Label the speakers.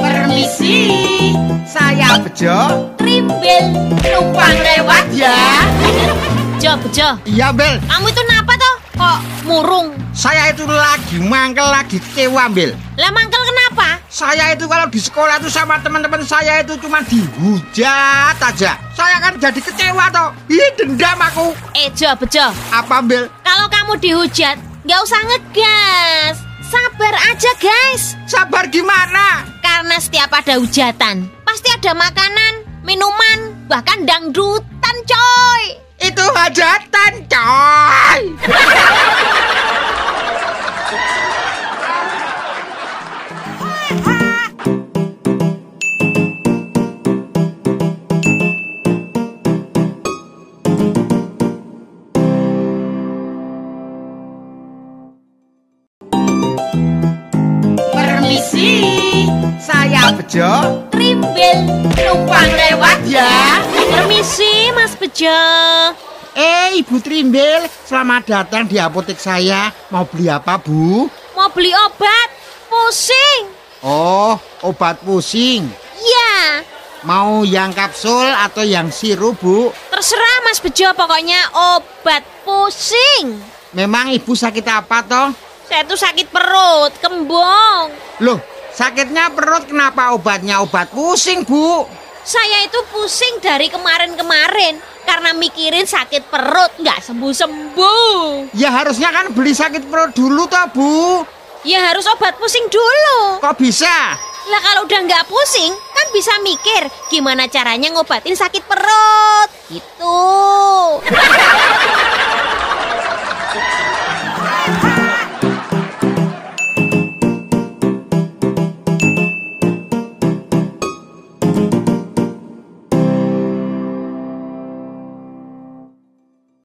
Speaker 1: Permisi,
Speaker 2: Saya Bejo.
Speaker 1: Rimbel,
Speaker 2: Numpang lewat ya.
Speaker 1: Jo, Jo,
Speaker 2: Iya, Bel.
Speaker 1: kamu itu kenapa toh? Kok murung?
Speaker 2: Saya itu lagi mangkel lagi kecewa, Bel.
Speaker 1: Lah mangkel kenapa?
Speaker 2: Saya itu kalau di sekolah itu sama teman-teman saya itu cuma dihujat aja. Saya kan jadi kecewa toh. Ih, dendam aku.
Speaker 1: Eh, Jo, Jo,
Speaker 2: Apa, Bel?
Speaker 1: kalau kamu dihujat, nggak usah ngegas. Sabar aja, guys.
Speaker 2: Sabar gimana?
Speaker 1: Karena setiap ada hujatan, pasti ada makanan, minuman, bahkan dangdutan, coy.
Speaker 2: Itu hajatan, coy.
Speaker 1: Permisi,
Speaker 2: Saya Bejo.
Speaker 1: Rimbel, numpang lewat
Speaker 2: ya.
Speaker 1: Permisi, Mas Bejo.
Speaker 2: Eh, Ibu Trimbel, selamat datang di apotek saya. Mau beli apa, Bu?
Speaker 1: Mau beli obat? Pusing.
Speaker 2: Oh, obat pusing.
Speaker 1: Ya,
Speaker 2: Mau yang kapsul atau yang sirup, Bu?
Speaker 1: terserah Mas Bejo pokoknya obat pusing.
Speaker 2: Memang Ibu sakit apa, toh?
Speaker 1: Saya tuh sakit perut, kembung.
Speaker 2: Loh, sakitnya perut kenapa obatnya obat pusing, Bu?
Speaker 1: Saya itu pusing dari kemarin-kemarin karena mikirin sakit perut nggak sembuh-sembuh.
Speaker 2: Ya harusnya kan beli sakit perut dulu, toh, Bu.
Speaker 1: Ya harus obat pusing dulu.
Speaker 2: Kok bisa?
Speaker 1: Lah kalau udah nggak pusing kan bisa mikir gimana caranya ngobatin sakit perut. Gitu.